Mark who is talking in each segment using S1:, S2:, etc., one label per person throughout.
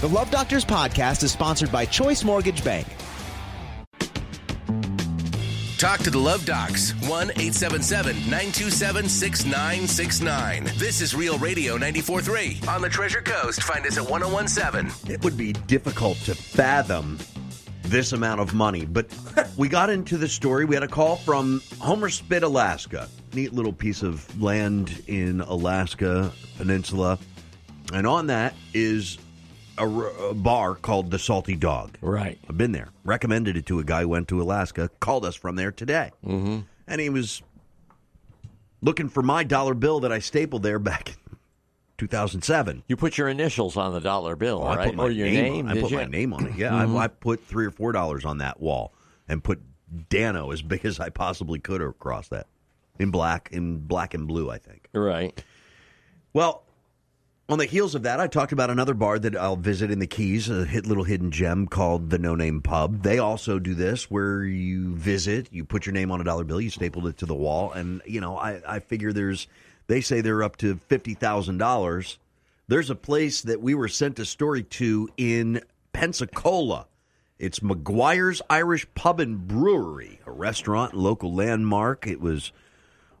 S1: The Love Doctors podcast is sponsored by Choice Mortgage Bank.
S2: Talk to the Love Docs, 1 877 927 6969. This is Real Radio 94.3 on the Treasure Coast. Find us at 1017.
S3: it would be difficult to fathom this amount of money. But we got into the story. We had a call from Homer Spit, Alaska. Neat little piece of land in Alaska Peninsula. And on that is a, r- a bar called The Salty Dog.
S4: Right.
S3: I've been there. Recommended it to a guy who went to Alaska, called us from there today. Mm-hmm. And he was looking for my dollar bill that I stapled there back in 2007.
S4: You put your initials on the dollar bill,
S3: Oh,
S4: right?
S3: I put my
S4: or your name.
S3: on- I
S4: did Mm-hmm.
S3: put
S4: you?
S3: my name on it. Yeah, I, I put three or four dollars on that wall and put Dano as big as I possibly could across that in black, in black and blue. I think.
S4: Right.
S3: Well, on the heels of that, I talked about another bar that I'll visit in the Keys, a hit little hidden gem called the No Name Pub. They also do this where you visit, you put your name on a dollar bill, you stapled it to the wall, and you know, I, I figure there's they say they're up to fifty thousand dollars. There's a place that we were sent a story to in Pensacola. It's McGuire's Irish Pub and Brewery, a restaurant, local landmark. It was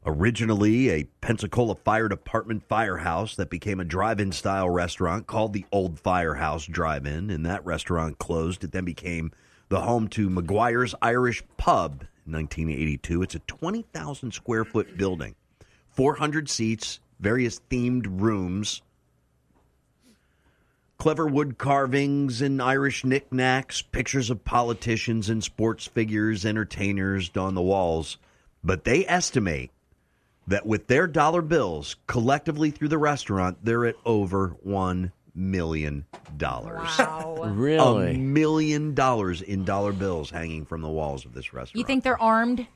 S3: Originally a Pensacola Fire Department firehouse that became a drive in style restaurant called the Old Firehouse Drive In, and that restaurant closed. It then became the home to McGuire's Irish Pub in 1982. It's a 20,000 square foot building, 400 seats, various themed rooms, clever wood carvings and Irish knickknacks, pictures of politicians and sports figures, entertainers on the walls. But they estimate that with their dollar bills collectively through the restaurant, they're at over $1 million. A
S4: Really?
S3: million dollars in dollar bills hanging from the walls of this restaurant.
S5: You think they're armed?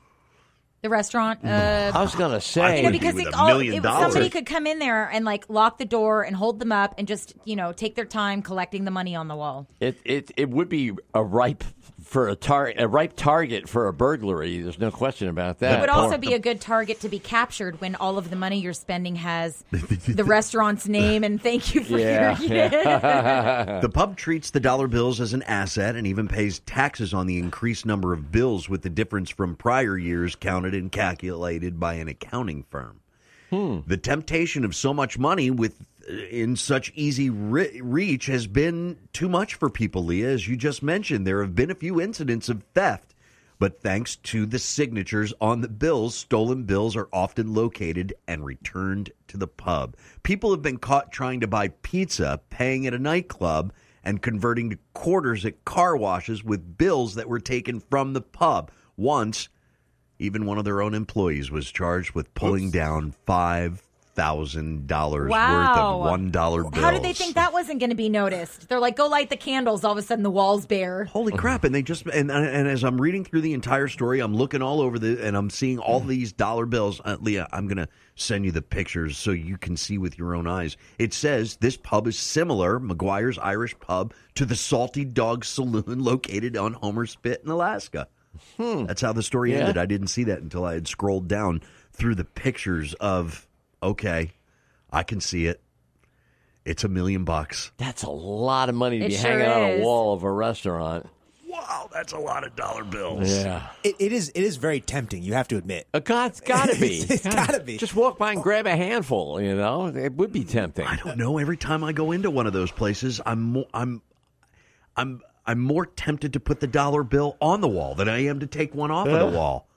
S5: The restaurant? Uh,
S4: I was going to
S3: I
S4: say.
S3: think-
S5: because
S3: With
S5: it,
S3: a
S5: all,
S3: million
S5: it,
S3: dollars.
S5: somebody could come in there and like lock the door and hold them up and just you know take their time collecting the money on the wall.
S4: It it it would be a ripe for a tar a ripe target for a burglary. There's no question about
S5: It
S4: that.
S5: would also be a good target to be captured when all of the money you're spending has the restaurant's name and thank you for
S4: Yeah,
S5: your
S3: The pub treats the dollar bills as an asset and even pays taxes on the increased number of bills, with the difference from prior years counted and calculated by an accounting firm. The temptation of so much money with in such easy re- reach has been too much for people, Leah. As you just mentioned, there have been a few incidents of theft, but thanks to the signatures on the bills, stolen bills are often located and returned to the pub. People have been caught trying to buy pizza, paying at a nightclub, and converting to quarters at car washes with bills that were taken from the pub. Once, even one of their own employees was charged with pulling down five thousand dollars worth
S5: Wow.
S3: of one dollar bills.
S5: How did they think that wasn't going to be noticed? They're like, go light the candles. All of a sudden, the walls bare.
S3: Holy crap! And they just and and as I'm reading through the entire story, I'm looking all over the and I'm seeing all these dollar bills. Uh, Leah, I'm gonna send you the pictures so you can see with your own eyes. It says this pub is similar, McGuire's Irish Pub, to the Salty Dog Saloon located on Homer Spit in Alaska.
S4: Hmm.
S3: That's how the story ended. I didn't see that until I had scrolled down through the pictures of. Okay, I can see it. It's a million bucks.
S4: That's a lot of money to
S5: It
S4: be
S5: sure
S4: hanging on a
S5: is.
S4: wall of a restaurant.
S3: Wow, that's a lot of dollar bills.
S4: Yeah.
S6: It, it is it is very tempting. You have to admit.
S4: Uh, God, it's got to be.
S6: It's gotta be. Oh.
S4: Just walk by and grab a handful. You know, it would be tempting.
S3: I don't know. Every time I go into one of those places, I'm more, I'm I'm I'm more tempted to put the dollar bill on the wall than I am to take one off of the wall.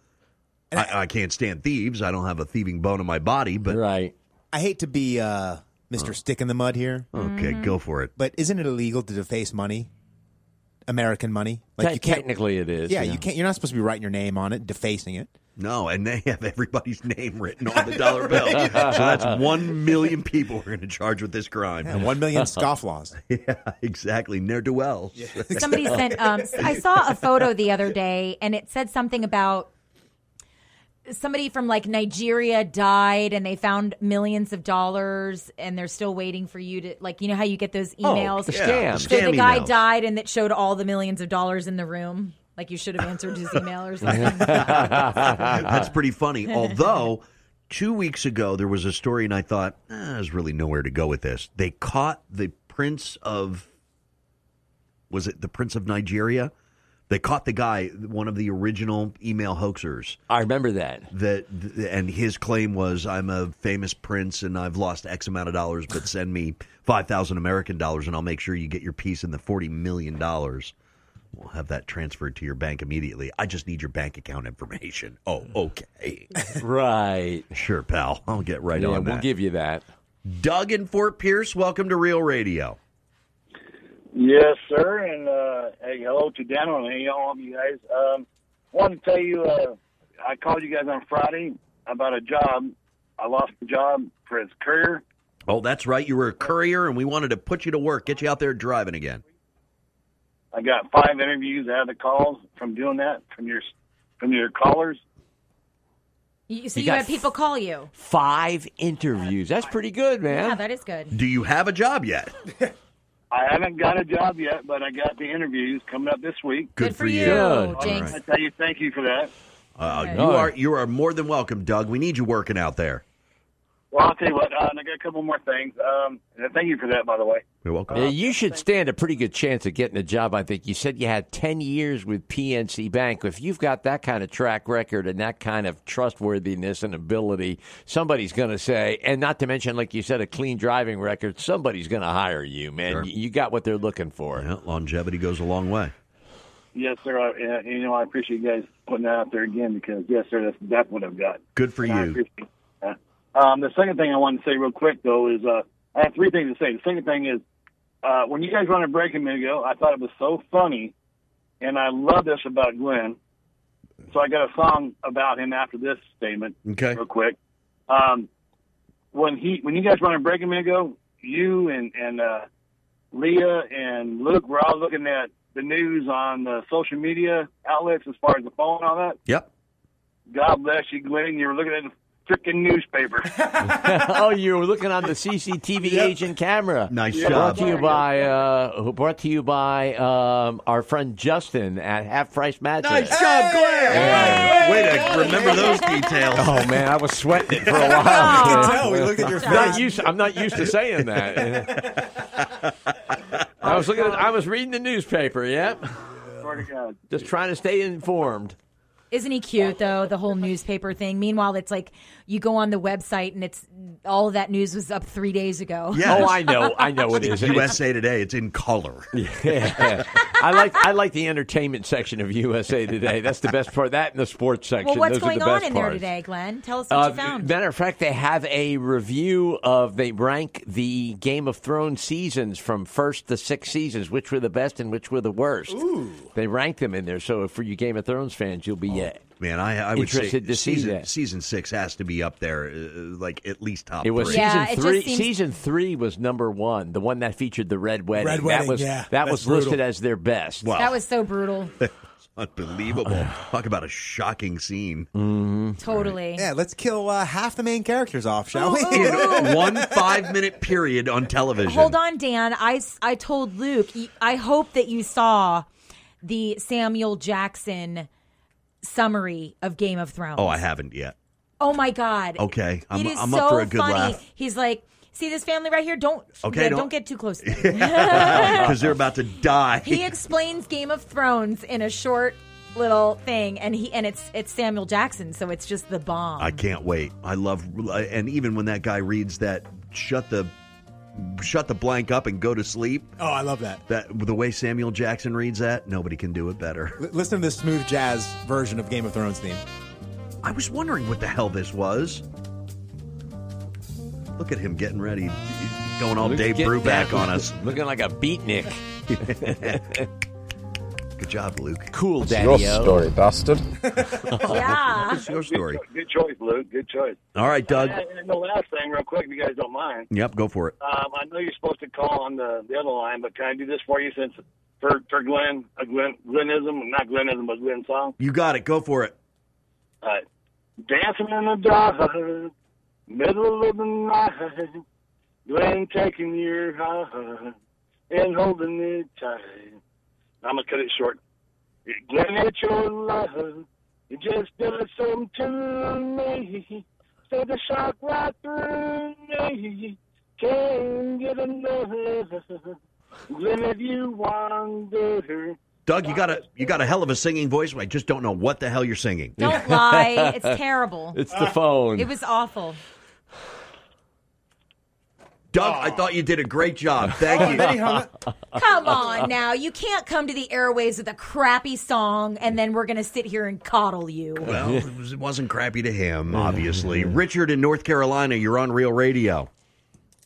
S3: I, I can't stand thieves. I don't have a thieving bone in my body, but
S4: Right.
S6: I hate to be uh, Mr. Stick in the Mud here,
S3: okay, go for it.
S6: but isn't it illegal to deface money? American money,
S4: Te- technically, it is.
S6: Yeah, you can't. You're not supposed to be writing your name on it, defacing it.
S3: No, and they have everybody's name written on the dollar bill. So that's one million people we're going to charge with this crime.
S6: And one million scofflaws.
S3: Yeah, exactly. Ne'er do wells.
S5: Somebody sent. Um, I saw a photo the other day, and it said something about somebody from like Nigeria died, and they found millions of dollars, and they're still waiting for you to like. You know how you get those emails?
S4: yeah. Scam.
S5: So the guy
S3: emails.
S5: died, and that showed all the millions of dollars in the room. Like you should have answered his email or something.
S3: That's pretty funny. Although, two weeks ago, there was a story, and I thought, eh, there's really nowhere to go with this. They caught the prince of, was it the prince of Nigeria? They caught the guy, one of the original email hoaxers.
S4: I remember that.
S3: That and his claim was, "I'm a famous prince and I've lost X amount of dollars, but send me five thousand American dollars and I'll make sure you get your piece in the forty million dollars. We'll have that transferred to your bank immediately. I just need your bank account information." Oh, okay,
S4: Right.
S3: sure, pal. I'll get right
S4: yeah,
S3: on
S4: we'll
S3: that.
S4: give you that.
S3: Doug in Fort Pierce, welcome to Real Radio.
S7: Yes, sir. And uh, hey, hello to Daniel and hey, all of you guys. Um, wanted to tell you, uh, I called you guys on Friday about a job. I lost a job for his courier.
S3: Oh, that's right. You were a courier, and we wanted to put you to work, get you out there driving again.
S7: I got five interviews out of the calls from doing that from your from your callers.
S5: You- so
S4: You
S5: you,
S4: got
S5: had people call you.
S4: Five interviews. That's pretty good, man.
S5: Yeah, that is good.
S3: Do you have a job yet? Good,
S7: I haven't got a job yet, but I got the interviews coming up this week.
S5: Good for you,
S4: Good.
S5: Jinx.
S7: I tell you, thank you for that.
S3: Uh, you are you are more than welcome, Doug. We need you working out there.
S7: Well, I'll tell you what. Uh, and I got a couple more things. Um, and thank you for that, by the way.
S3: You're welcome.
S4: Yeah, you should stand a pretty good chance of getting a job. I think you said you had ten years with PNC Bank. If you've got that kind of track record and that kind of trustworthiness and ability, somebody's going to say, and not to mention, like you said, a clean driving record. Somebody's going to hire you, man. You- You got what they're looking for.
S3: Yeah, longevity goes a long way.
S7: Yes, sir. I, uh, you know, I appreciate you guys putting that out there again because, yes, sir, that's that's what I've got.
S3: Good for
S7: And I
S3: you.
S7: appreciate that. Um, the second thing I wanted to say real quick though is uh, I have three things to say. The second thing is uh, when you guys were on a break a minute ago, I thought it was so funny, and I love this about Glenn. So I got a song about him after this statement.
S3: Okay.
S7: Real quick, um, when he when you guys were on a break a minute ago, you and and uh, Leah and Luke were all looking at the news on the social media outlets as far as the phone and all that.
S3: Yep.
S7: God bless you, Glenn. You were looking at the freaking newspaper.
S4: oh, you were looking on the CCTV agent camera.
S3: Nice
S4: Brought
S3: job.
S4: to you by uh, brought to you by um, our friend Justin at Half Price Matches.
S3: job, Glenn. Way to remember those details.
S4: Oh man, I was sweating it for a while.
S5: Aw.
S4: man.
S6: No, we looked at your
S4: I'm
S6: face.
S4: not used. I'm not used to saying that. I was looking. At, I was reading the newspaper. Yep,
S7: Swear to God.
S4: just trying to stay informed.
S5: Isn't he cute though? The whole newspaper thing. Meanwhile, it's like you go on the website and it's all of that news was up three days ago.
S3: Yes.
S4: Oh, I know. I know it is.
S3: USA Today. It's in color.
S4: I like. I like the entertainment section of USA Today. That's the best part. That and the sports section.
S5: Well, what's
S4: Those are
S5: going
S4: the
S5: on
S4: best
S5: in there
S4: parts.
S5: today, Glenn? Tell us what
S4: Uh,
S5: you found.
S4: matter of fact, they have a review of they rank the Game of Thrones seasons from first to sixth seasons, which were the best and which were the worst. They rank them in there. So for you Game of Thrones fans, you'll be uh,
S3: Oh, Man, I, I would say
S4: Interested to see
S3: season
S4: that.
S3: season six has to be up there, uh, like at least top.
S4: It was
S3: three.
S5: Yeah.
S4: season
S5: it just
S4: three.
S5: seems-
S4: Season three was number one, the one that featured the red wedding.
S6: Red
S4: that
S6: Wedding,
S4: was
S6: yeah.
S4: that
S6: That's
S4: was
S6: brutal.
S4: listed as their best.
S3: Wow.
S5: that was so brutal.
S6: Uh.
S3: unbelievable. Talk about a shocking scene.
S5: Totally.
S6: Mm-hmm.
S5: Oh,
S6: Yeah, let's kill uh, half the main characters off, shall we?
S3: In one five minute period on television.
S5: Hold on, Dan. I, s- I told Luke, y- I hope that you saw the Samuel Jackson summary of Game of Thrones.
S3: Oh, I haven't yet.
S5: Oh my God.
S3: Okay,
S5: It
S3: I'm-
S5: is
S3: I'm
S5: so
S3: up for a good
S5: funny.
S3: laugh.
S5: He's like, see this family right here? Don't,
S3: Okay,
S5: yeah,
S3: don't-
S5: don't get too close. to them."
S3: Because they're about to die.
S5: he explains Game of Thrones in a short little thing, and he and it's it's Samuel Jackson, so it's just the bomb.
S3: I can't wait. I love, and even when that guy reads that, shut the, shut the blank up and go to sleep.
S6: Oh, I love that.
S3: That the way Samuel Jackson reads that, nobody can do it better.
S6: L- listen to this smooth jazz version of Game of Thrones theme.
S3: I was wondering what the hell this was. Look at him getting ready, going all
S4: Look,
S3: Dave
S4: get
S3: Brubeck
S4: down.
S3: on us.
S4: looking like a beatnik.
S3: Good job, Luke.
S4: Cool, Daddy O.
S8: bastard.
S5: Yeah.
S3: It's your story.
S9: Good choice, Luke. Good choice.
S3: All right, Doug.
S9: And, and the last thing, real quick, if you guys don't mind.
S3: Yep, go for it.
S9: Um, I know you're supposed to call on the, the other line, but can I do this for you since for for Glenn a Glenn Glennism not Glennism but Glenn song?
S3: You got it. Go for it.
S9: Uh, dancing in the dark, uh, middle of the night, Glenn taking your heart and holding it tight. I'm gonna cut it short. Glenn, it's your love. You just did something to me. So the shock right through me. Can't get enough. Glenn, if you wonder.
S3: Doug, you got a you got a hell of a singing voice. I just don't know what the hell you're singing.
S5: Don't lie. It's terrible.
S4: It's the phone.
S5: It was awful.
S3: Doug, I thought you did a great job.
S4: Oh,
S3: Thank you.
S5: Come
S4: Uh,
S5: on now. You can't come to the airwaves with a crappy song and then we're going to sit here and coddle you.
S3: Well, it was- it wasn't crappy to him, obviously. Richard in North Carolina, you're on Real Radio.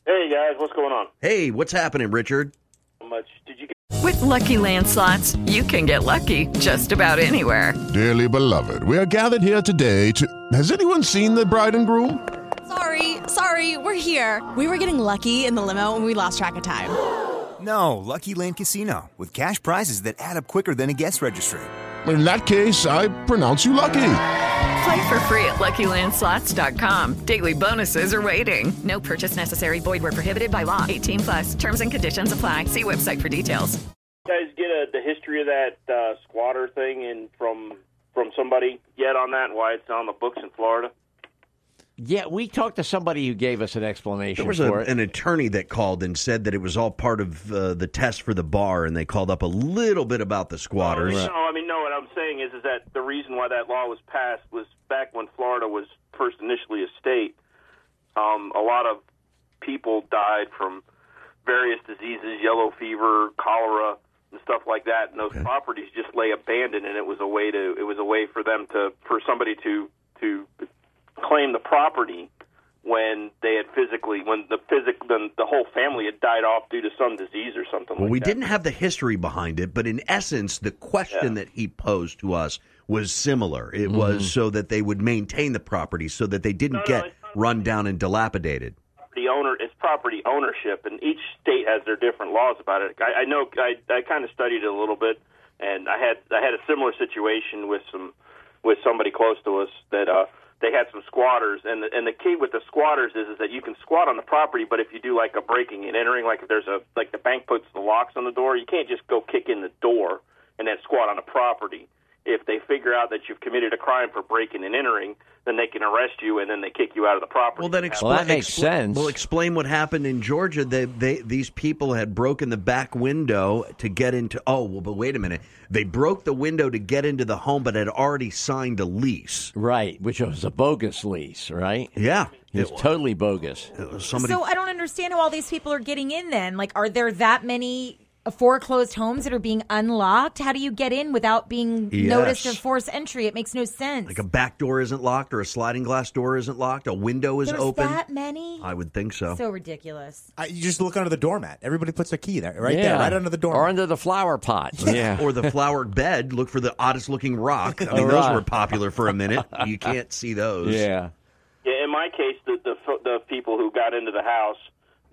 S9: Hey guys, what's going on?
S3: Hey, what's happening, Richard?
S9: How much did you?
S10: With Lucky Land slots, you can get lucky just about anywhere.
S8: Dearly beloved, we are gathered here today to. Has anyone seen the bride and groom?
S11: Sorry, sorry, we're here. We were getting lucky in the limo and we lost track of time.
S12: No, Lucky Land Casino, with cash prizes that add up quicker than a guest registry.
S8: In that case, I pronounce you lucky.
S10: Play for free at LuckyLandSlots.com. Daily bonuses are waiting. No purchase necessary. Void were prohibited by law. 18 plus. Terms and conditions apply. See website for details.
S9: guys get a, the history of that uh, squatter thing and from from somebody yet on that? Why it's on the books in Florida?
S4: yeah, we talked to somebody who gave us an explanation
S3: There was a,
S4: for it.
S3: an attorney that called and said that it was all part of uh, the test for the bar, and they called up a little bit about the squatters.
S9: No, I mean no. What I'm saying is, is that the reason why that law was passed was back when Florida was first initially a state. Um, a lot of people died from various diseases, yellow fever, cholera, and stuff like that. And those properties just lay abandoned, and it was a way to it was a way for them to for somebody to to claim the property when they had physically when the physic then the whole family had died off due to some disease or something.
S3: Well,
S9: like
S3: we
S9: that.
S3: didn't have the history behind it, but in essence, the question that he posed to us was similar. It
S4: Mm-hmm.
S3: was so that they would maintain the property, so that they didn't
S9: no,
S3: get
S9: it's not-
S3: run down and dilapidated.
S9: property owner it's property ownership and each state has their different laws about it i, I know i, I kind of studied it a little bit and i had i had a similar situation with some with somebody close to us that uh they had some squatters and the, and the key with the squatters is, is that you can squat on the property but if you do like a breaking and entering like if there's a like the bank puts the locks on the door you can't just go kick in the door and then squat on the property if they figure out that you've committed a crime for breaking and entering, then they can arrest you and then they kick you out of the property.
S3: Well, then
S9: Now,
S3: expl-
S4: Well, that makes
S3: expl-
S4: sense.
S3: Well, explain what happened in Georgia. They, they, these people had broken the back window to get into. Oh, well, but wait a minute. They broke the window to get into the home, but had already signed a lease.
S4: right, which was a bogus lease, right?
S3: Yeah,
S4: It's totally bogus.
S3: somebody.
S5: So I don't understand how all these people are getting in then. Like, are there that many foreclosed homes that are being unlocked? How do you get in without being
S3: Yes.
S5: noticed of forced entry? It makes no sense.
S3: like a back door isn't locked, or a sliding glass door isn't locked, a window is
S5: There's
S3: open.
S5: that many?
S3: I would think so.
S5: so ridiculous.
S6: I, you just look under the doormat. Everybody puts their key there, right there,
S4: Yeah.
S6: right under the
S4: Or
S6: doormat.
S4: under the flower pot. Yeah.
S3: or the flowered bed. Look for the oddest looking rock. I mean,
S4: All
S3: those
S4: right.
S3: were popular for a minute. You can't see those.
S4: yeah.
S9: Yeah, in my case, the the, fo- the people who got into the house,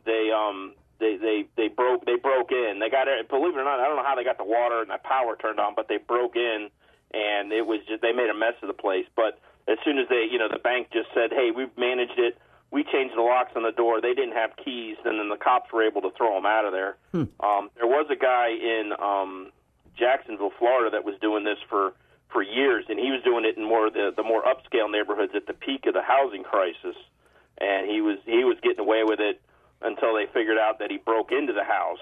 S9: they um they, they they broke they broke in. They got it. Believe it or not, I don't know how they got the water and the power turned on, but they broke in, and it was just they made a mess of the place. But as soon as they, you know, the bank just said, "Hey, we've managed it. We changed the locks on the door. They didn't have keys, and then the cops were able to throw them out of there."
S13: Hmm.
S9: Um, there was a guy in um, Jacksonville, Florida, that was doing this for for years, and he was doing it in more of the the more upscale neighborhoods at the peak of the housing crisis, and he was he was getting away with it until they figured out that he broke into the house,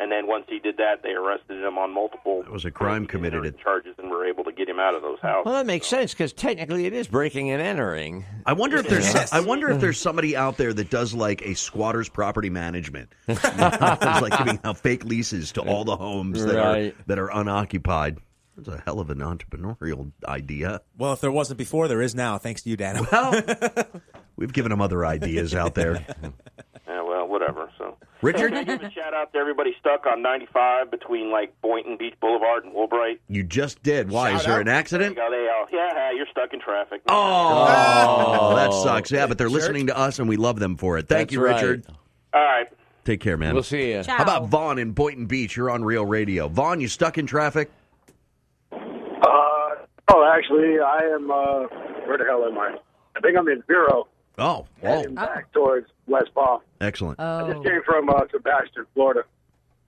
S9: and then once he did that, they arrested him on multiple. That
S3: was a crime committed at-
S9: charges, and were able to get him out of those
S4: Well,
S9: houses.
S4: that makes sense because technically it is breaking and entering.
S3: I wonder if there's I wonder if there's somebody out there that does like a squatter's property management. it's like giving out fake leases to all the homes that
S4: Right.
S3: are that are unoccupied. That's a hell of an entrepreneurial idea.
S6: well, if there wasn't before, there is now, thanks to you, Dan.
S3: Well, we've given them other ideas out there.
S9: Yeah, well, whatever. So
S3: Richard?
S14: Can I give a shout out to everybody stuck on 95 between like Boynton Beach Boulevard and Woolbright?
S3: You just did. Why? is there an accident?
S14: There you go. They all, yeah, you're stuck in traffic.
S3: Oh, that sucks. Yeah, but they're listening to us, and we love them for it. Thank
S4: That's
S3: you,
S4: right.
S3: Richard.
S14: All right.
S3: Take care, man.
S4: We'll see you.
S3: How about Vaughn in Boynton Beach? You're on Real Radio. Vaughn, you stuck in traffic?
S15: Uh, oh, actually, I am. Uh, where the hell am I? I think I'm in Vero,
S3: Oh, whoa. Oh.
S15: heading back towards West Palm.
S3: Excellent.
S15: I just came from uh, Sebastian, Florida,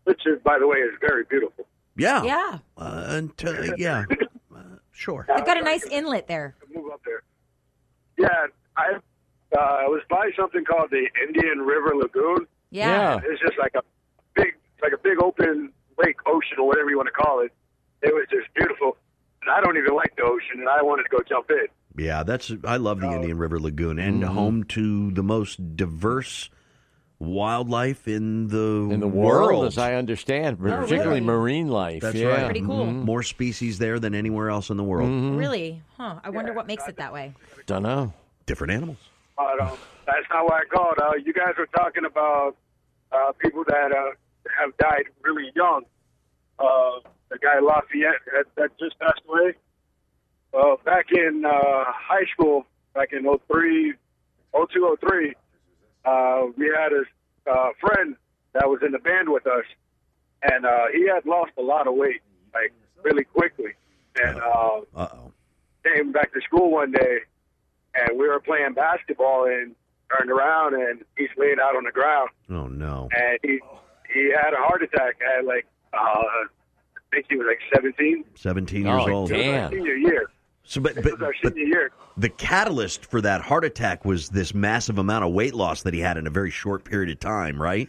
S15: which is, by the way, is very beautiful.
S3: Yeah.
S5: Yeah.
S3: Uh, until, yeah. Sure.
S5: They've got a nice inlet there.
S15: Move up there. Yeah, I uh, I was by something called the Indian River Lagoon.
S5: Yeah.
S15: it's just like a big, it's like a big open lake, ocean, or whatever you want to call it. It was just beautiful, and I don't even like the ocean, and I wanted to go jump in.
S3: Yeah, that's I love the
S15: Oh.
S3: Indian River Lagoon and
S15: Mm-hmm.
S3: home to the most diverse wildlife in the
S4: In the world,
S3: world.
S4: as I understand,
S15: Oh,
S4: particularly
S3: really?
S4: marine life.
S3: That's
S4: yeah. Mm-hmm.
S3: right.
S5: Pretty cool. Mhm.
S3: More species there than anywhere else in the world.
S5: Really? Huh. I wonder what makes it that way.
S3: Don't know. Different animals.
S15: But um, that's not why I called. Uh, you guys were talking about uh, people that uh, have died really young. Uh, the guy Lafayette that, that just passed away. Uh, back in uh, high school, back in 03, 02, 03, uh, we had a uh, friend that was in the band with us, and uh, he had lost a lot of weight, like really quickly. And uh,
S3: Uh-oh.
S15: came back to school one day, and we were playing basketball and turned around and he's laying out on the ground
S3: Oh no.
S15: and he he had a heart attack at like uh, I think he was like 17.
S3: 17
S4: Oh,
S3: years
S15: It
S3: old.
S15: was our senior year.
S3: So, but,
S15: It was our senior year.
S3: the catalyst for that heart attack was this massive amount of weight loss that he had in a very short period of time, right?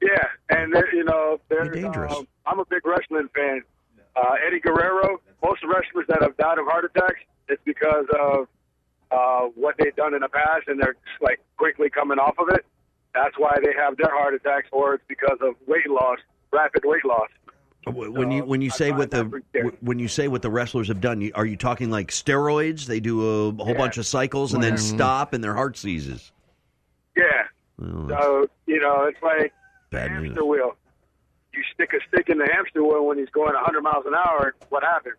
S15: Yeah, and there, you know, there's,
S3: dangerous.
S15: Um, I'm a big wrestling fan. Uh, Eddie Guerrero. Most of the wrestlers that have died of heart attacks, it's because of uh, what they've done in the past, and they're just, like quickly coming off of it. That's why they have their heart attacks, or it's because of weight loss, rapid weight loss.
S3: When you when you say what the wh- when you say what the wrestlers have done, you- are you talking like steroids? They do a whole bunch of cycles and then
S4: Mm-hmm.
S15: Mhm.
S3: stop, and their heart seizes.
S15: Yeah. So you know, it's like
S3: Bad news.
S15: hamster wheel. You stick a stick in the hamster wheel when he's going 100 miles an hour. What happens?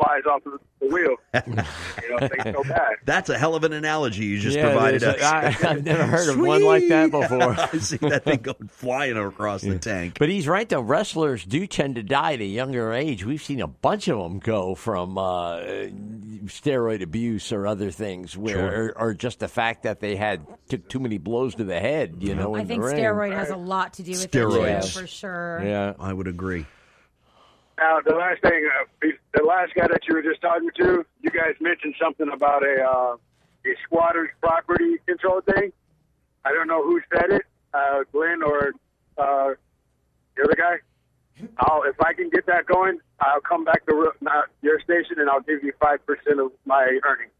S15: Flies off the the wheel. you know, things go bad.
S3: That's a hell of an analogy you just
S4: Yeah, it
S3: provided
S4: is.
S3: us.
S4: I- I've never heard of one like that
S3: Sweet.
S4: before.
S3: I see that thing going flying across the tank.
S4: But he's right, though. Wrestlers do tend to die at a younger age. We've seen a bunch of them go from uh, steroid abuse or other things, where
S5: Sure.
S4: or, or just the fact that they had took too many blows to the head. You know, in
S5: I
S4: the
S5: think
S4: ring.
S5: steroid has a lot to do with it,
S4: Steroids.
S5: too, for sure.
S4: Yeah,
S3: I would agree.
S15: Now, the last thing, uh, be- the last guy that you were just talking to, you guys mentioned something about a uh, a squatter's property control thing. I don't know who said it, uh, Glenn or uh, the other guy. I'll, if I can get that going, I'll come back to ro- not your station and I'll give you five percent of my earnings.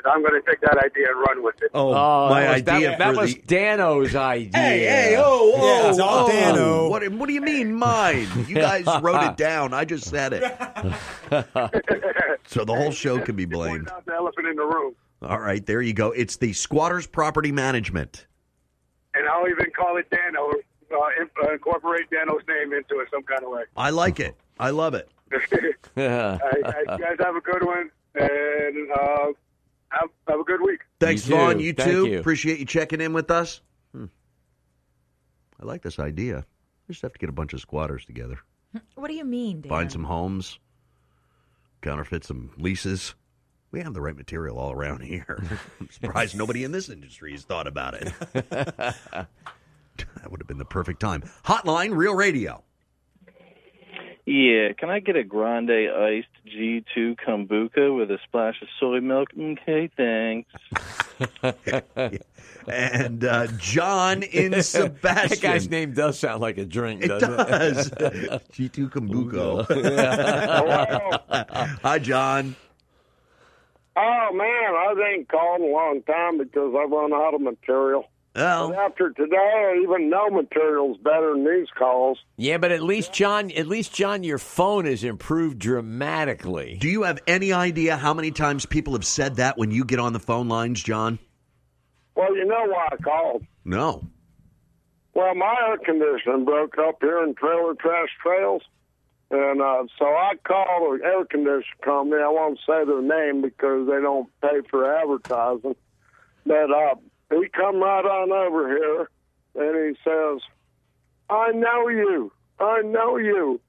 S15: 'Cause I'm going to take that idea and run with it.
S3: Oh, my
S4: that was,
S3: idea
S4: that, that
S3: for
S4: was
S3: the-
S4: Dano's idea.
S3: Hey, hey, oh, oh,
S4: Yeah, it's all
S3: oh.
S4: Dano.
S3: What, what do you mean mine? You guys wrote it down. I just said it. so the whole show can be blamed.
S15: That's the elephant in the room,
S3: All right, there you go. It's the squatters property management.
S15: and I'll even call it Dano, uh, in- uh, incorporate Dano's name into it some kind of way.
S3: I like it. I love it.
S15: All right, guys, you guys have a good one, and uh, have, have a good week.
S3: Thanks,
S4: You too.
S3: Vaughn. You
S4: Thank
S3: too.
S4: you.
S3: Appreciate you checking in with us. Hmm. I like this idea. We just have to get a bunch of squatters together,
S5: Hmm. What do you mean, Dan?
S3: find some homes, counterfeit some leases. We have the right material all around here. I'm surprised nobody in this industry has thought about it. that would have been the perfect time. Hotline, Real Radio.
S7: Yeah, can I get a grande iced G2 kombucha with a splash of soy milk? Okay, thanks.
S3: and uh, John in Sebastian.
S4: That guy's name does sound like a drink,
S3: It
S4: doesn't
S3: does.
S4: it?
S3: G2 Kombucho.
S4: Yeah.
S3: Hi, John.
S16: Oh man, I ain't called in a long time because I've run out of material.
S3: Oh.
S16: After today, I even know material's better than these calls.
S4: yeah, but at least John, at least John, your phone has improved dramatically.
S3: Do you have any idea how many times people have said that when you get on the phone lines, John?
S16: Well, you know why I called.
S3: No.
S16: Well, my air conditioning broke up here in Trailer Trash Trails, and uh, so I called an air conditioning company. I won't say their name because they don't pay for advertising. But uh, he come right on over here, and he says, "I know you. I know you.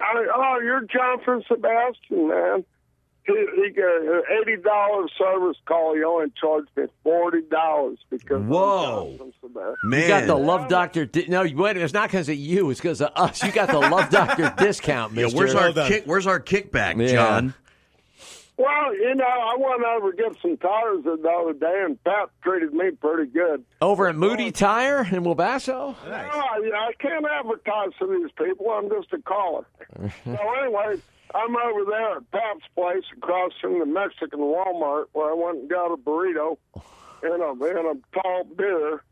S16: I, oh, you're John from Sebastian, man." He, he got an eighty dollar service call. He only charged me forty dollars because I'm
S4: Whoa.
S16: John from Sebastian.
S4: You got the Love Doctor. Di- no, you- wait, it's not because of you. It's because of us. You got the Love Doctor discount,
S3: Yeah,
S4: mister.
S3: where's our kick? Where's our kickback,
S4: Yeah.
S3: John?
S16: Well, you know, I went over to get some tires the other day, and Pat treated me pretty good.
S4: Over at Moody Tire in Wabasso?
S16: No, I, I can't advertise to these people. I'm just a caller. so anyway, I'm over there at Pat's place across from the Mexican Walmart where I went and got a burrito and a, and a tall beer.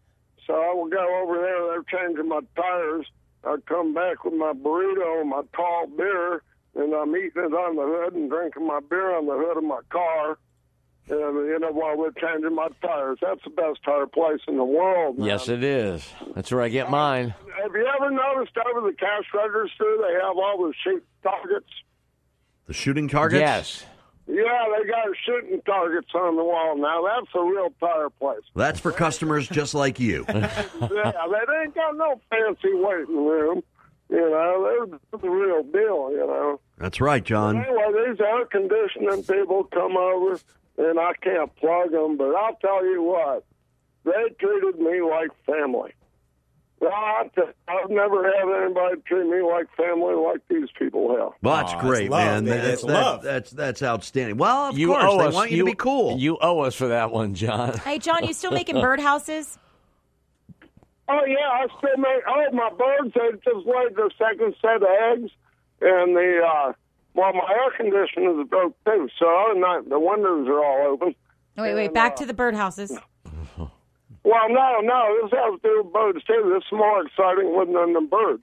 S16: So I will go over there. They're changing my tires. I come back with my burrito and my tall beer, and I'm eating it on the hood and drinking my beer on the hood of my car. And, you know, while we're changing my tires, that's the best tire place in the world. man.
S4: Yes, it is. That's where I get mine.
S16: Have you ever noticed over the cash register they have all the sheep targets?
S3: The shooting targets?
S4: Yes.
S16: Yeah, they got shooting targets on the wall now. That's a real tire place.
S3: That's for customers just like you.
S16: yeah, they ain't got no fancy waiting room. You know, they're the real deal. You know.
S3: That's right, John.
S16: Anyway, these air conditioning people come over, and I can't plug them, but I'll tell you what, they treated me like family. Well, I t- I've never had anybody treat me like family like these people have.
S3: Well, that's great, man. That's, that- that's that's outstanding. Well, of course, they want you, to be cool.
S4: You owe us for that one, John.
S5: Hey, John, you still making birdhouses?
S16: Oh yeah, I still make. Oh, my birds they just laid their second set of eggs, and the uh, well, my air conditioner is broke too, so I'm not, the windows are all open.
S5: No, Oh, wait, wait. Back to the birdhouses.
S16: Well, no, no, this has to do with birds too. This is more exciting than the birds.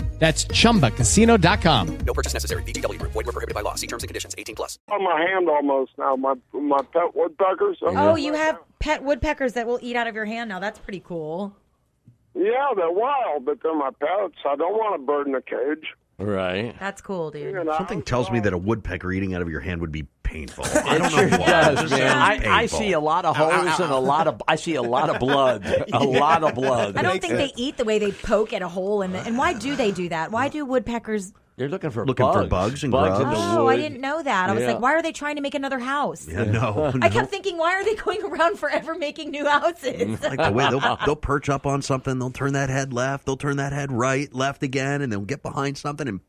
S17: That's chumbacasino.com.
S18: No purchase necessary. VGW Group. Void were prohibited by law. See terms and conditions. 18 plus.
S16: On my hand almost now. My my pet woodpeckers.
S5: Oh, you have pet woodpeckers that will eat out of your hand now. That's pretty cool.
S16: Yeah, they're wild, but they're my pets. I don't want a bird in a cage.
S4: Right.
S5: That's cool, dude.
S3: Something tells me that a woodpecker eating out of your hand would be painful. I
S4: It
S3: don't
S4: sure
S3: know why. It
S4: does,
S3: just
S4: man.
S3: sounds
S4: I, I
S3: painful.
S4: see a lot of holes and a lot of I see a lot of blood, a lot of blood.
S5: I don't think they eat the way they poke at a hole in the. And why do they do that? Why do woodpeckers?
S4: They're looking for
S3: Looking for
S4: bugs.
S3: bugs and
S4: bugs in
S3: grubs.
S4: the
S5: Oh, I
S4: wood.
S5: didn't know that. I was
S4: Yeah.
S5: like, why are they trying to make another house?
S3: Yeah, no, no.
S5: I kept thinking, why are they going around forever making new houses?
S3: like the way they'll, they'll perch up on something, they'll turn that head left, they'll turn that head right, left again, and they'll get behind something and.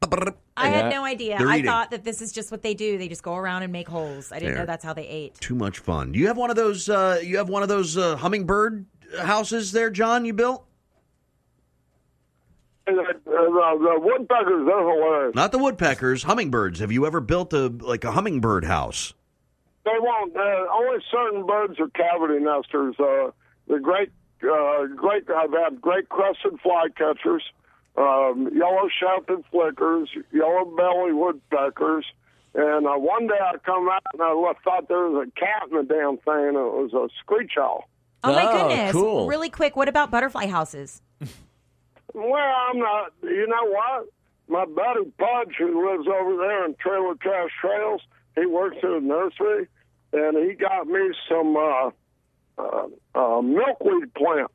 S5: I had no idea.
S3: They're
S5: I
S3: eating.
S5: thought that this is just what they do. They just go around and make holes. I didn't
S3: There.
S5: know that's how they ate.
S3: Too much fun. You have one of those. Uh, you have one of those uh, hummingbird houses there, John. You built
S16: And, uh, the, the woodpeckers they're hilarious.
S3: not the woodpeckers, hummingbirds. Have you ever built a like a hummingbird house?
S16: They won't. Uh, only certain birds are cavity nesters. Uh, the great, uh, great. I've had great crested flycatchers, um, yellow shafted flickers, yellow belly woodpeckers, and uh, one day I come out and I left- thought there was a cat in the damn thing. And it was a screech owl.
S5: Oh my
S16: Oh,
S4: Ah,
S5: goodness!
S16: cool.
S5: Really quick, what about butterfly houses?
S16: Well, I'm not. You know what? My buddy Pudge, who lives over there in Trailer Trash Trails, he works in a nursery, and he got me some uh, uh, uh, milkweed plant.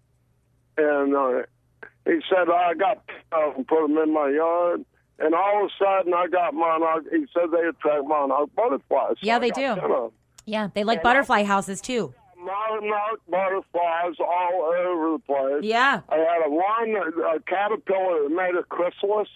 S16: And uh, he said I got uh, put them in my yard, and all of a sudden I got monarch. He said they attract monarch butterflies. So
S5: Yeah,
S16: I
S5: they
S16: got
S5: do.
S16: 10 of 'em.
S5: Yeah, they like butterfly houses too.
S16: monarch butterflies all over the place.
S5: Yeah.
S16: I had a one a caterpillar that made a chrysalis,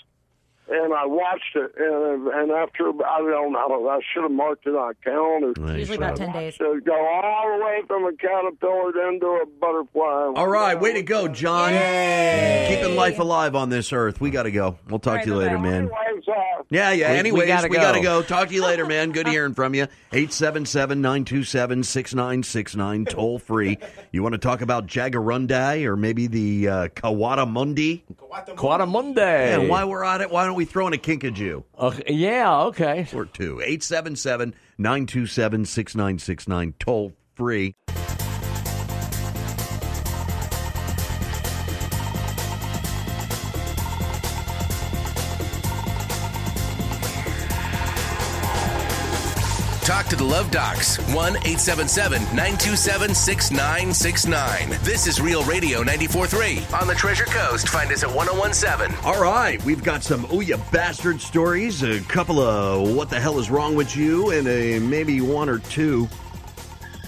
S16: and I watched it, and and after I don't know, I should have marked it on a calendar.
S5: Usually about 10 days.
S16: So go all the way from a caterpillar then to a butterfly.
S3: All right, way to go, John. Keeping life alive on this earth. We got to go. We'll talk to you later, man.
S16: Anyways, uh,
S3: Yeah, yeah.
S16: We- we
S3: Anyways, we got
S4: gotta
S3: to go.
S4: go.
S3: Talk to you later, man. Good hearing from you. 877-927-6969, toll free. You want to talk about Jagarundai or maybe the uh, Kawatamundi?
S4: Kawatamundi.
S3: Yeah, why we're on it, why don't we throw in a kinkajou?
S4: Okay, Uh, yeah, okay.
S3: Or two. 877-927-6969, toll free.
S2: Talk to the Love Docs, 1 877 927 6969. This is Real Radio 94.3. On the Treasure Coast, find us at 1017.
S3: All right, we've got some oh you bastard stories, a couple of what the hell is wrong with you, and a maybe one or two.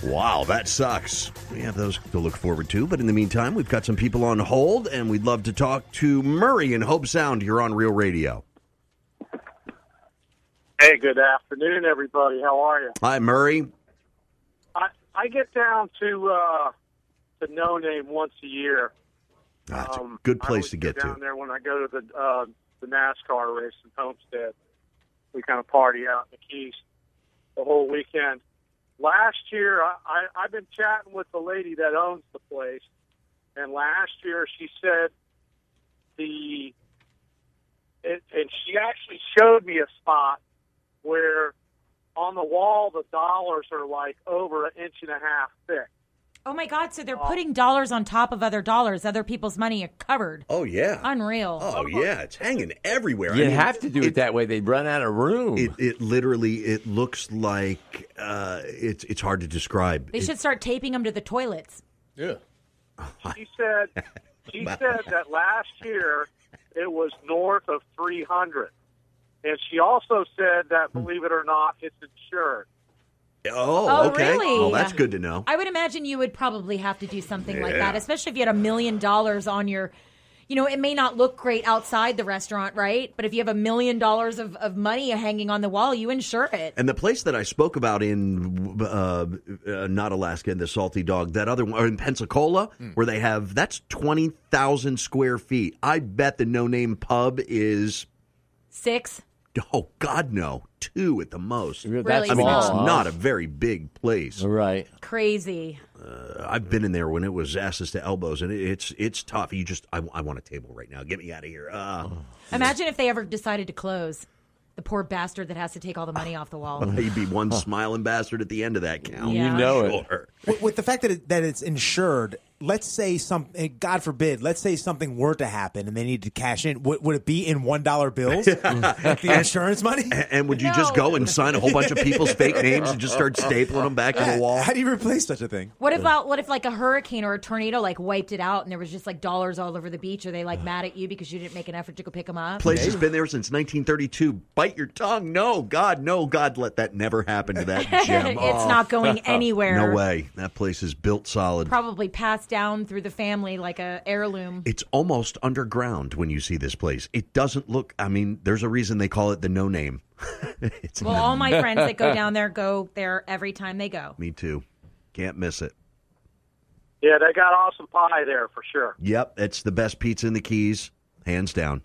S3: Wow, that sucks. We have those to look forward to, but in the meantime, we've got some people on hold, and we'd love to talk to Murray in Hope Sound. You're on Real Radio.
S19: Hey, good afternoon, everybody. How are you?
S3: Hi, Murray.
S19: I, I get down to uh, to No Name once a year. Um,
S3: That's a good
S19: I
S3: place
S19: always
S3: to get
S19: go
S3: to.
S19: down there when I go to the uh, the NASCAR race in Homestead. We kind of party out in the Keys the whole weekend. Last year, I, I, I've been chatting with the lady that owns the place, and last year she said the and, and she actually showed me a spot where on the wall the dollars are like over an inch and a half thick.
S5: Oh my God! So they're putting dollars on top of other dollars, other people's money covered.
S3: Oh yeah,
S5: unreal.
S3: Oh yeah, it's hanging everywhere.
S4: You have to do it that way. They run out of room.
S3: It, it literally it looks like uh, it's it's hard to describe.
S5: They
S3: It-
S5: should start taping them to the toilets.
S4: Yeah.
S3: Oh,
S19: She said she said that last year it was north of 300. And she also said that believe it or not it's insured.
S3: oh,
S5: Oh,
S3: okay.
S5: really?
S3: Well, that's good to know.
S5: I would imagine you would probably have to do something like
S3: Yeah.
S5: that, especially if you had a million dollars on your. You know, it may not look great outside the restaurant, right? But if you have a million dollars of, of money hanging on the wall, you insure it.
S3: And the place that I spoke about in uh, uh, not Alaska in the Salty Dog, that other one or in Pensacola, where they have that's twenty thousand square feet. I bet the No Name Pub is
S5: Six.
S3: oh God no two at the most.
S5: that's
S3: I mean, it's
S5: small.
S3: not a very big place,
S4: right?
S5: Crazy.
S3: Uh, I've been in there when it was asses to elbows, and it, it's it's tough. You just I, I want a table right now. Get me out of here. Uh,
S5: Imagine if they ever decided to close. The poor bastard that has to take all the money off the wall.
S3: You'd be one smiling bastard at the end of that count.
S5: Oh. You know
S3: it.
S6: With, with the fact that it, that it's insured, let's say some, eh, God forbid, let's say something were to happen and they need to cash in. Would, would it be in one dollar bills? Like the insurance money?
S3: And, Mm. and would you just go and sign a whole bunch of people's fake names and just start stapling them back to the wall?
S6: How do you replace such a thing?
S5: What about what if like a hurricane or a tornado like wiped it out and there was just like dollars all over the beach? Are they like mad at you because you didn't make an effort to go pick them up?
S3: Place has been there since 1932. Bite your tongue. No, God, no, God, let that never happen to that gem.
S5: It's not going anywhere.
S3: No way. That place is built solid.
S5: probably passed down through the family like a heirloom.
S3: It's almost underground when you see this place. It doesn't look, I mean, there's a reason they call it the no name. It's-
S5: Well, all my friends that go down there go there every time they go.
S3: Me too. Can't miss it.
S19: Yeah, they got awesome pie there for sure.
S3: Yep, it's the best pizza in the Keys, hands down.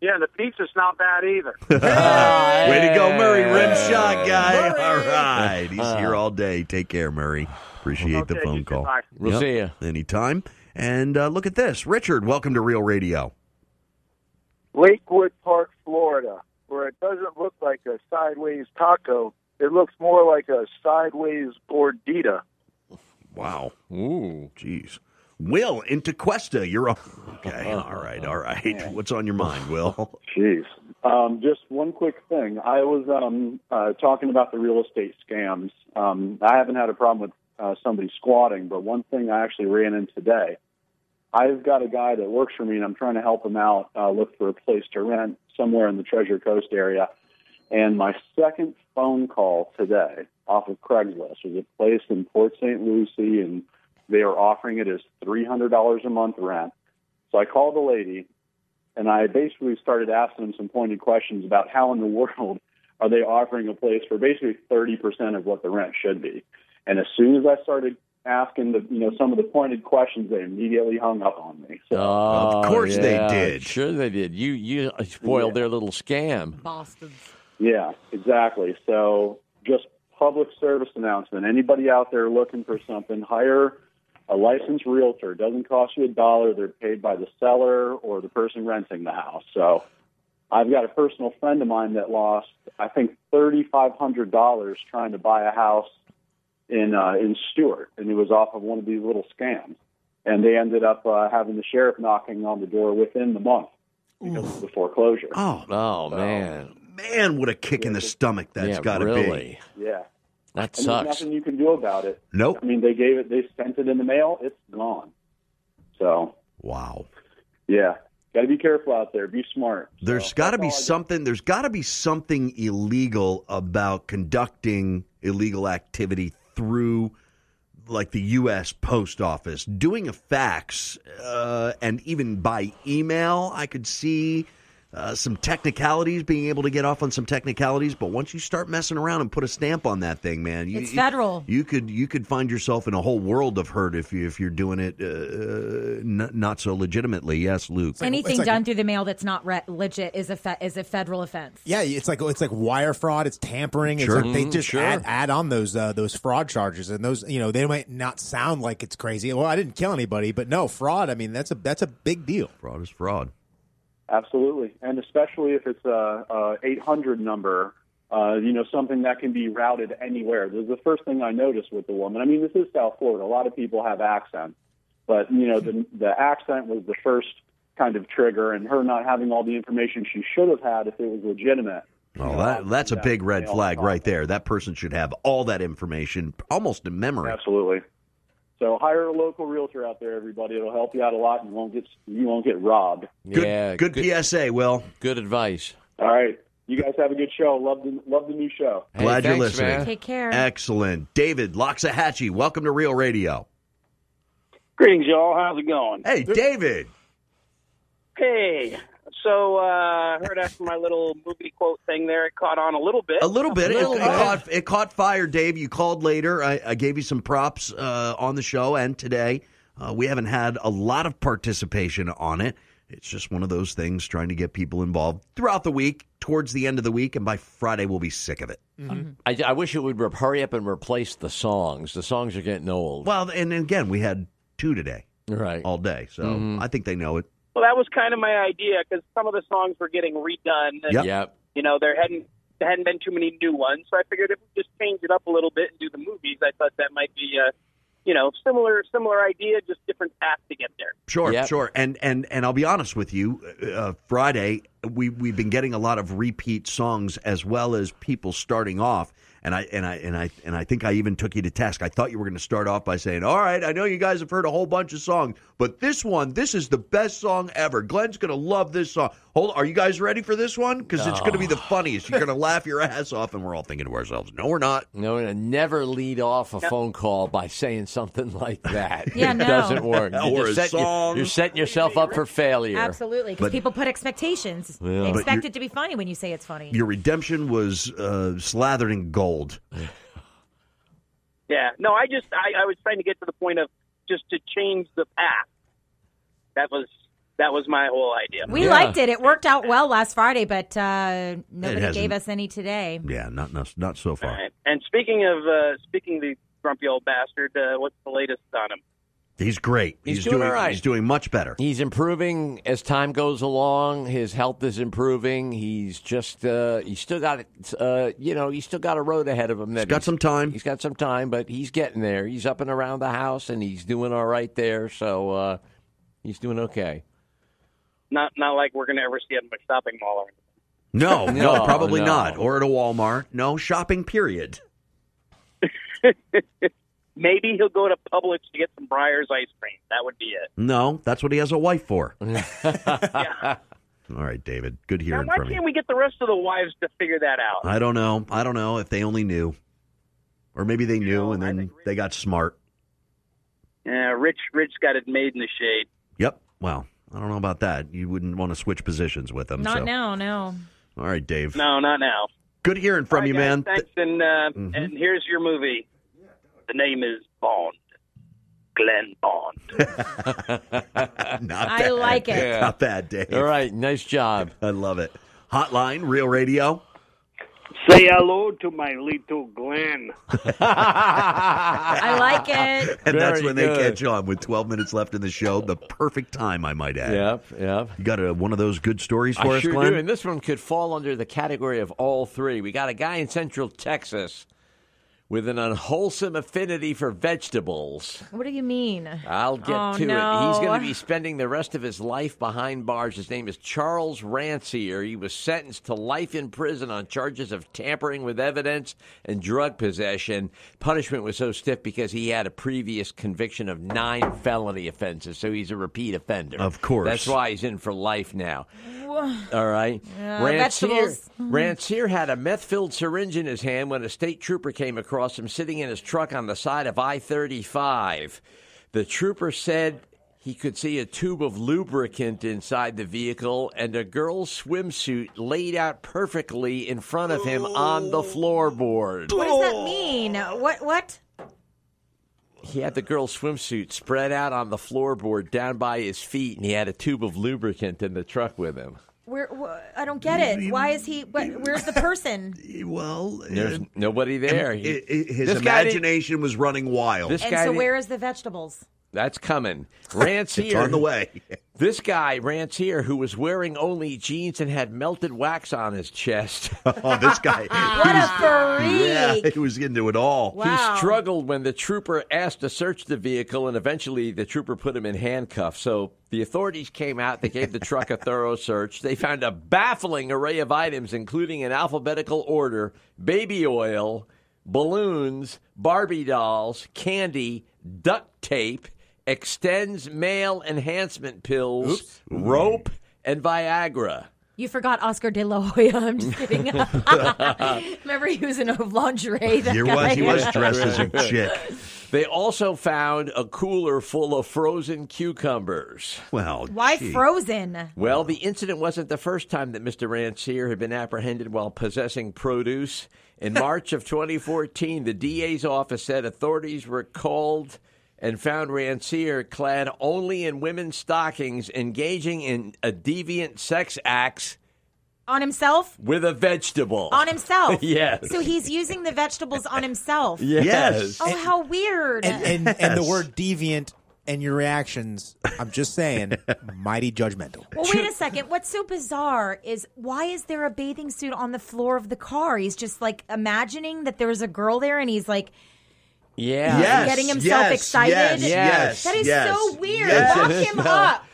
S19: Yeah, and the pizza's not bad either.
S3: Way to go, Murray. Rim shot guy. All right. He's here
S20: Uh.
S3: all day. Take care, Murray. Appreciate the phone call.
S19: bye.
S4: We'll see ya.
S3: Anytime. And uh, look at this. Richard, welcome to Real Radio.
S21: Lakewood Park, Florida, where it doesn't look like a sideways taco. It looks more like a sideways gordita.
S3: Wow. Ooh. Jeez. Will into Cuesta. You're on. Okay. All right. All right. What's on your mind, Will?
S20: Jeez. Um, just one quick thing. I was um, uh, talking about the real estate scams. Um, I haven't had a problem with uh, somebody squatting, but one thing I actually ran in today. I've got a guy that works for me, and I'm trying to help him out uh, look for a place to rent somewhere in the Treasure Coast area. And my second phone call today off of Craigslist was a place in Port St. Lucie, and they are offering it as $300 a month rent. So I called the lady, And I basically started asking them some pointed questions about how in the world are they offering a place for basically 30% of what the rent should be. And as soon as I started asking the, you know, some of the pointed questions, they immediately hung up on me.
S4: Oh, of
S20: course they
S4: did. Sure they did. You you spoiled their little scam.
S5: Boston.
S20: Yeah, exactly. So just public service announcement. Anybody out there looking for something, hire a licensed realtor. It doesn't cost you a dollar. They're paid by the seller or the person renting the house. So I've got a personal friend of mine that lost, I think, $3,500 trying to buy a house in uh, in Stewart, and it was off of one of these little scams. And they ended up uh, having the sheriff knocking on the door within the month because of the foreclosure.
S3: Oh,
S4: oh man,
S3: man, what a kick in the stomach that's
S4: Yeah,
S3: got to
S4: really.
S20: Yeah.
S4: That
S20: and
S4: sucks.
S20: There's nothing you can do about it.
S3: Nope.
S20: I mean, they gave it, they sent it in the mail. It's gone. So
S3: be. Wow.
S20: yeah, got to be careful out there. Be smart.
S3: There's got to be something. There's got to be something illegal about conducting illegal activity through, like the U.S. Post Office, doing a fax, uh, and even by email. I could see uh, some technicalities being able to get off on some technicalities, but once you start messing around and put a stamp on that thing, man, you,
S5: It's federal.
S3: You, could you could find yourself in a whole world of hurt if you if you're doing it uh, n- not so legitimately. Yes, Luke.
S5: Anything done through the mail that's not re- legit is a fe- is a federal offense.
S6: Yeah, it's like it's like wire fraud. It's tampering.
S3: Sure.
S6: It's like they
S3: Mhm,
S6: just
S3: sure.
S6: add, add on those uh, those fraud charges and those you know they might not sound like it's crazy. Well, I didn't kill anybody, but no fraud. I mean that's a that's a big deal.
S3: Fraud is fraud.
S20: Absolutely, and especially if it's a, a 800 number, uh, you know, something that can be routed anywhere. This is the first thing I noticed with the woman. I mean, this is South Florida. A lot of people have accents, but you know, the the accent was the first kind of trigger, and her not having all the information she should have had if it was legitimate.
S3: Well, Oh, that, that's a big red flag right there. That person should have all that information almost in memory.
S20: Absolutely. So hire a local realtor out there, everybody. It'll help you out a lot, and you won't get you won't get robbed.
S4: yeah,
S3: good, PSA, Will.
S4: Good advice.
S20: All right, you guys have a good show. Love the love the new show.
S3: Glad you're listening.
S5: Take care.
S3: Excellent. David Loxahatchee, welcome to Real Radio.
S13: Greetings, y'all. How's it going?
S3: Hey, David.
S13: Hey. So uh, I heard after my little movie quote thing there, it caught on a little bit.
S3: A little bit. It- it, caught, it caught fire, Dave. You called later. I, I gave you some props uh, on the show and today. Uh, we haven't had a lot of participation on it. It's just one of those things trying to get people involved throughout the week, towards the end of the week, and by Friday we'll be sick of it.
S6: Mm-hmm.
S4: Mm-hmm. I, I wish it would re- hurry up and replace the songs. The songs are getting old.
S3: Well, and again, we had two today,
S4: right? Mm-hmm.
S3: All day, so I think they know it.
S13: Well, that was kind of my idea because some of the songs were getting redone. And,
S3: Yep. Yep.
S13: You know, there hadn't there hadn't been too many new ones, so I figured if we just change it up a little bit and do the movies, I thought that might be uh, you know similar similar idea, just different path to get there.
S3: Sure, sure. And and and I'll be honest with you, uh, Friday we we've been getting a lot of repeat songs as well as people starting off. And I and I and I and I think I even took you to task. I thought you were going to start off by saying, "All right, I know you guys have heard a whole bunch of songs, but this one, this is the best song ever. Glenn's going to love this song." Hold, are you guys ready for this one? Because it's going to be the
S4: Oh.
S3: funniest. You're going to laugh your ass off, and we're all thinking to ourselves, "No, we're not."
S4: No, and never lead off a phone call by saying something like that.
S5: Yeah,
S4: it
S5: no.
S4: doesn't work.
S3: Or
S4: You're
S3: a
S4: set- you're-
S3: song.
S4: You're setting yourself up for failure.
S5: Absolutely, because
S3: But-
S5: people put expectations.
S3: Yeah.
S5: They
S3: But
S5: expect
S3: you're-
S5: it to be funny when you say it's funny.
S3: Your redemption was uh, slathered in gold.
S13: Yeah. No, I just I, I was trying to get to the point of just to change the path. That was that was my whole idea.
S5: We liked it. It worked out well last Friday, but uh, nobody
S13: hasn't-
S5: gave us any today.
S3: Yeah, not not, not so far.
S13: And speaking of uh, speaking of the grumpy old bastard, uh, what's the latest on him?
S3: He's great.
S4: He's doing all right.
S3: He's doing much better.
S4: He's improving as time goes along. His health is improving. He's just uh, he's still got it. Uh, you know, he's still got a road ahead of him. That he's
S3: got some time.
S4: He's got some time, but he's getting there. He's up and around the house, and he's doing all right there. So uh, he's doing okay.
S13: Not not like we're going to ever see him at a shopping mall or anything.
S3: No, Oh, no,
S4: No,
S3: probably
S4: no.
S3: not. Or at a Walmart. No shopping. Period.
S13: Maybe he'll go to Publix to get some Breyer's ice cream. That would be it.
S3: No, that's what he has a wife for. All right, David. Good
S13: Now,
S3: hearing
S13: why
S3: from you.
S13: can't we get the rest of the wives to figure that out?
S3: I don't know. I don't know if they only knew, or maybe they knew and then they got smart.
S13: Yeah, Rich Rich got it made in the shade.
S3: Yep. Well, I don't know about that. You wouldn't want to switch positions with him.
S5: Not
S3: so.
S5: now, no.
S3: All right, Dave.
S13: No, not now.
S3: Good hearing from you, man.
S13: Thanks, and uh, and here's your movie. The name is Bond. Glenn Bond.
S3: Not
S13: I
S3: bad.
S13: like it.
S4: Yeah.
S3: Not bad, Dave. All
S4: right, nice job.
S3: I love it. Hotline, Real Radio.
S1: Say hello to my little Glenn.
S5: I like it.
S3: And that's when they catch on with 12 minutes left in the show. The perfect time, I might add.
S4: Yep, yep.
S3: You got a, one of those good stories for
S4: I
S3: us,
S4: sure
S3: Glenn?
S4: do. And this one could fall under the category of all three. We got a guy in Central Texas with an unwholesome affinity for vegetables.
S5: What do you mean?
S4: I'll get
S5: Oh,
S4: to it.
S5: no.
S4: He's going to be spending the rest of his life behind bars. His name is Charles Rancier. He was sentenced to life in prison on charges of tampering with evidence and drug possession. Punishment was so stiff because he had a previous conviction of nine felony offenses, so he's a repeat offender.
S3: Of course.
S4: That's why he's in for life now.
S5: Wha-
S4: All right.
S5: Yeah, vegetables. Mm-hmm.
S4: Rancier had a meth filled syringe in his hand when a state trooper came across him sitting in his truck on the side of I 35. The trooper said he could see a tube of lubricant inside the vehicle and a girl's swimsuit laid out perfectly in front of him on the floorboard.
S5: What does that mean? What what?
S4: He had the girl's swimsuit spread out on the floorboard down by his feet, and he had a tube of lubricant in the truck with him.
S5: Where wh- I don't get it. Why is he what, where's the person?
S3: Well,
S4: There's nobody there.
S3: I- I- his
S4: This guy didn't-
S3: imagination was running wild.
S4: This
S5: and
S4: guy
S5: so
S4: didn't-
S5: where is the vegetables?
S4: That's coming. Rancier.
S3: It's on the way.
S4: this guy, Rancier, who was wearing only jeans and had melted wax on his chest.
S3: oh, this guy.
S5: What a freak.
S3: Yeah, he was into it all.
S4: He struggled when the trooper asked to search the vehicle, and eventually the trooper put him in handcuffs. So the authorities came out. They gave the truck a thorough search. They found a baffling array of items, including in alphabetical order baby oil, balloons, Barbie dolls, candy, duct tape, extends male enhancement pills, rope, and Viagra.
S5: You forgot Oscar De La Hoya. I'm just kidding.
S4: Uh,
S5: Remember he was in a lingerie. That guy.
S4: They also found a cooler full of frozen cucumbers.
S3: Well,
S5: Why frozen?
S4: Well, the incident wasn't the first time that Mr. Rancier had been apprehended while possessing produce. In March of 2014, the DA's office said authorities were called and found Rancier clad only in women's stockings, engaging in a deviant sex acts
S5: On himself?
S4: with a vegetable.
S5: On himself.
S4: yes.
S5: So he's using the vegetables on himself.
S4: Yes.
S5: Oh, how weird.
S6: And, and the word deviant and your reactions, I'm just saying, mighty judgmental.
S5: Well, wait a second. What's so bizarre is why is there a bathing suit on the floor of the car? He's just like imagining that there was a girl there and he's like
S4: Yeah.
S5: Yes, Getting himself yes, excited. yes,
S4: Yes.
S5: That is
S4: yes.
S5: so weird.
S4: Yes,
S5: Lock
S4: it is.
S5: him
S4: No.
S5: up.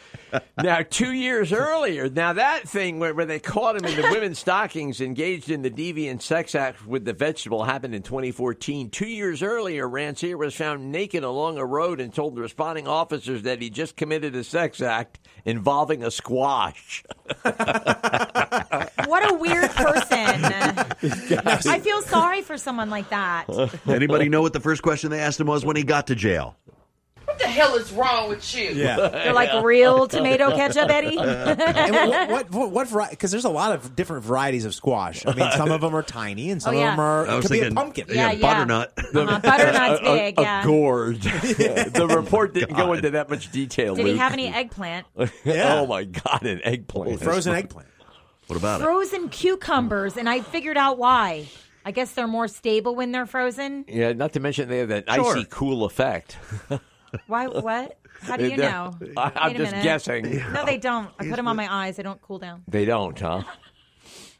S4: now, two years earlier, now that thing where, where they caught him in the women's stockings engaged in the deviant sex act with the vegetable happened in 2014. Two years earlier, Rancier was found naked along a road and told the responding officers that he just committed a sex act involving a squash.
S5: What a weird person. I feel sorry for someone like that.
S3: Anybody know what the first question they asked him was when he got to jail?
S22: What the hell is wrong with you?
S5: They're like real
S4: oh,
S5: tomato ketchup, Eddie.
S6: And what what, what, what variety? Because there's a lot of different varieties of squash. I mean, some of them are tiny, and some
S5: Oh, yeah.
S6: of them are
S4: I
S6: it
S4: was
S6: could be a
S4: thinking-
S6: pumpkin.
S4: yeah, Yeah, yeah. butternut. Uh-huh, butternut's
S6: A- a-
S5: big,
S6: a
S5: yeah.
S4: gourd. the report didn't go into that much detail.
S5: Did he
S4: Luke.
S5: have any eggplant?
S4: oh my God, an eggplant.
S6: Frozen eggplant.
S3: What about it?
S5: Frozen cucumbers, and I figured out why. I guess they're more stable when they're frozen.
S4: Yeah, not to mention they have that
S5: Sure.
S4: icy cool effect.
S5: Why? What? How do you
S4: They're-
S5: know?
S4: I-
S5: Wait
S4: I'm
S5: a
S4: just
S5: minute.
S4: guessing.
S5: No, they don't. I put them on my eyes. They don't cool down.
S4: They don't, huh?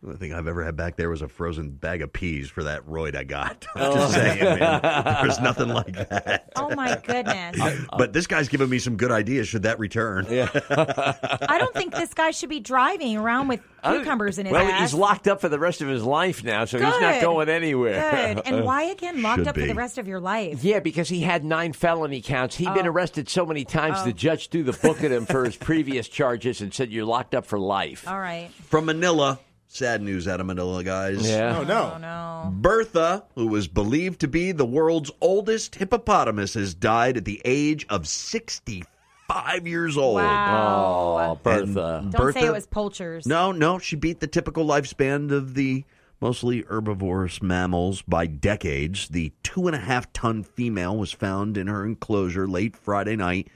S3: The only thing I've ever had back there was a frozen bag of peas for that roid I got.
S4: Oh.
S3: I'm just saying, man. There's nothing like that. Uh,
S5: Oh my goodness!
S3: But this guy's giving me some good ideas. Should that return?
S5: I don't think this guy should be driving around with
S4: I don't-
S5: cucumbers in his
S4: well,
S5: ass.
S4: he's locked up for the rest of his life now, so he's not
S5: Good.
S4: going anywhere.
S5: Good. And why again locked
S4: Should
S5: up for
S4: be.
S5: the rest of your life?
S4: Yeah, because he had nine felony counts. He'd been
S5: Oh.
S4: arrested so many times,
S5: Oh.
S4: the judge threw the book at him for his previous charges and said, You're locked up for life.
S5: All right.
S3: From Manila. Sad news out of Manila, guys.
S4: Yeah. Oh,
S6: no.
S3: Bertha, who was believed to be the world's oldest hippopotamus, has died at the age of 65. five years old.
S5: Wow.
S4: Oh, Bertha.
S3: And
S5: Don't say it was poachers.
S3: No, no, she beat the typical lifespan of the mostly herbivorous mammals by decades. The two and a half ton female was found in her enclosure late Friday night.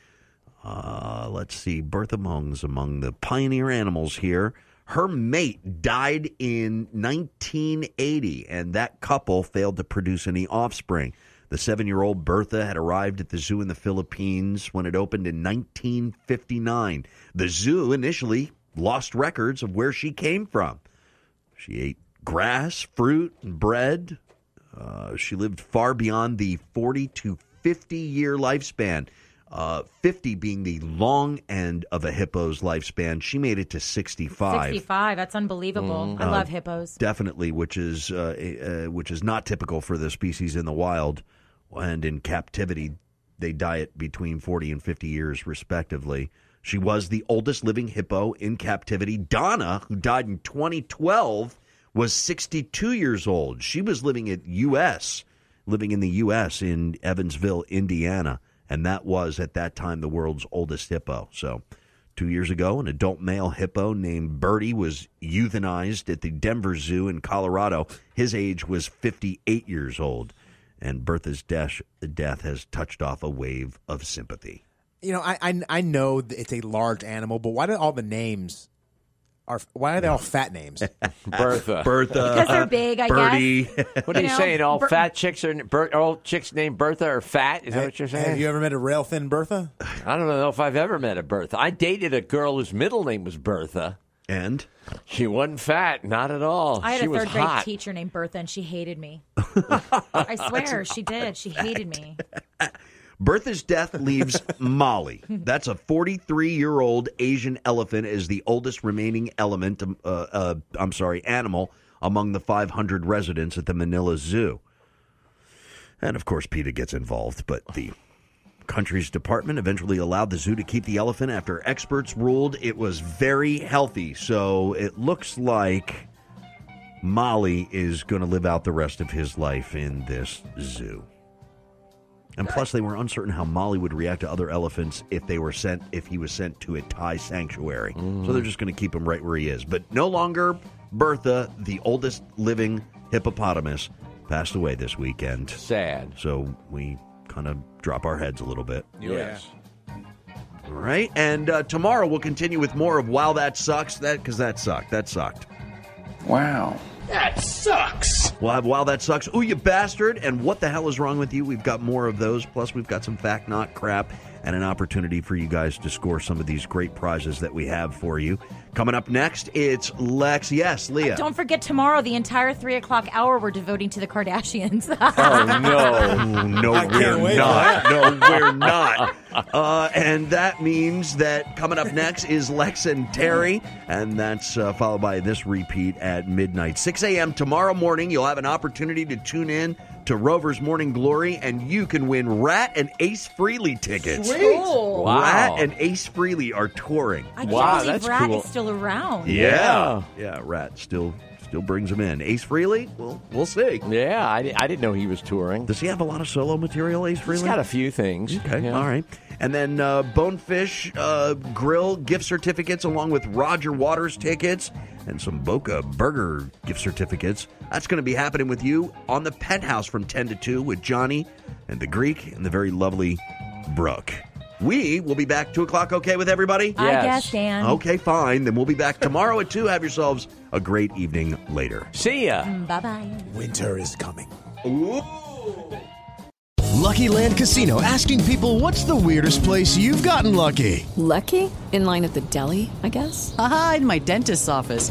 S3: Uh, let's see, Bertha Mung's among the pioneer animals here. Her mate died in 1980, and that couple failed to produce any offspring. The seven year old Bertha had arrived at the zoo in the Philippines when it opened in 1959. The zoo initially lost records of where she came from. She ate grass, fruit, and bread. Uh, she lived far beyond the 40 to 50 year lifespan. Uh, 50 being the long end of a hippo's lifespan. She made it to 65.
S5: 65. That's unbelievable.
S3: Mm.
S5: I
S3: Uh,
S5: love hippos.
S3: Definitely, which is uh, uh, which is not typical for the species in the wild, and in captivity, they die at between forty and fifty years, respectively. She was the oldest living hippo in captivity. Donna, who died in 2012, was 62 years old. She was living at U.S. living in the U.S. in Evansville, Indiana, and that was at that time the world's oldest hippo. So. Two years ago, an adult male hippo named Birdie was euthanized at the Denver Zoo in Colorado. His age was 58 years old, and Bertha's death, death has touched off a wave of sympathy.
S6: You know, I, I I know that it's a large animal, but why do all the names are? Why are they all fat names?
S4: Bertha.
S3: Bertha.
S5: Because
S4: Uh,
S5: they're big, I guess.
S4: What are you,
S5: You know,
S4: saying? All
S5: Ber-
S4: fat chicks are Ber- all chicks named Bertha are fat. Is that what you're saying?
S6: Have you ever met a rail thin Bertha?
S4: I don't know if I've ever met a Bertha. I dated a girl whose middle name was Bertha,
S3: and
S4: she wasn't fat, not at all.
S5: I
S4: Oh,
S5: had
S4: she
S5: a
S4: was
S5: third grade
S4: hot.
S5: teacher named Bertha, and she hated me. I swear, she did. She hated me.
S3: Bertha's death leaves Molly. That's a 43 year old Asian elephant as the oldest remaining element. um, Uh, uh, I'm sorry, animal among the 500 residents at the Manila Zoo. And of course, PETA gets involved, but the country's department eventually allowed the zoo to keep the elephant after experts ruled it was very healthy. So it looks like Molly is going to live out the rest of his life in this zoo. And plus, they were uncertain how Molly would react to other elephants if they were sent if he was sent to a Thai sanctuary. So they're just going to keep him right where he is. But no longer Bertha, the oldest living hippopotamus, passed away this weekend.
S4: Sad.
S3: So we kind of drop our heads a little bit.
S4: Yes.
S3: All right. And uh, tomorrow we'll continue with more of Wow That Sucks. That because that sucked. That sucked. Wow.
S22: That sucks.
S3: We'll have Wow That Sucks, Ooh You Bastard, and What the Hell is Wrong with You? We've got more of those. Plus, we've got some fact not crap and an opportunity for you guys to score some of these great prizes that we have for you. Coming up next, it's Lex. Yes, Leah.
S5: Don't forget tomorrow, the entire three o'clock hour we're devoting to the Kardashians.
S3: Oh no! no, we're not. No, we're not. Uh, and that means that coming up next is Lex and Terry, and that's uh, followed by this repeat at midnight, six a.m. tomorrow morning. You'll have an opportunity to tune in to Rover's Morning Glory, and you can win Rat and Ace Freely tickets.
S5: Sweet. Cool. Wow.
S3: Rat and Ace Freely are touring.
S5: I can't believe Rat is still around.
S3: Yeah. Yeah, Rat still still brings him in. Ace Freely? Well, we'll see.
S4: Yeah, I, I didn't know he was touring.
S3: Does he have a lot of solo material, Ace Freely?
S4: got a few things.
S3: Okay,
S4: Yeah.
S3: all right. And then uh, Bonefish uh, Grill gift certificates, along with Roger Waters tickets and some Boca Burger gift certificates. That's going to be happening with you on the penthouse from 10 to 2 with Johnny and the Greek and the very lovely Brooke. We will be back 2 o'clock, okay with everybody?
S5: I Yes. guess, Dan.
S3: Okay, fine. Then we'll be back tomorrow at 2. Have yourselves a great evening later.
S4: See ya.
S5: Bye bye.
S6: Winter is coming.
S11: Lucky Land Casino asking people what's the weirdest place you've gotten lucky?
S12: Lucky? In line at the deli, I guess? Aha, in my dentist's office.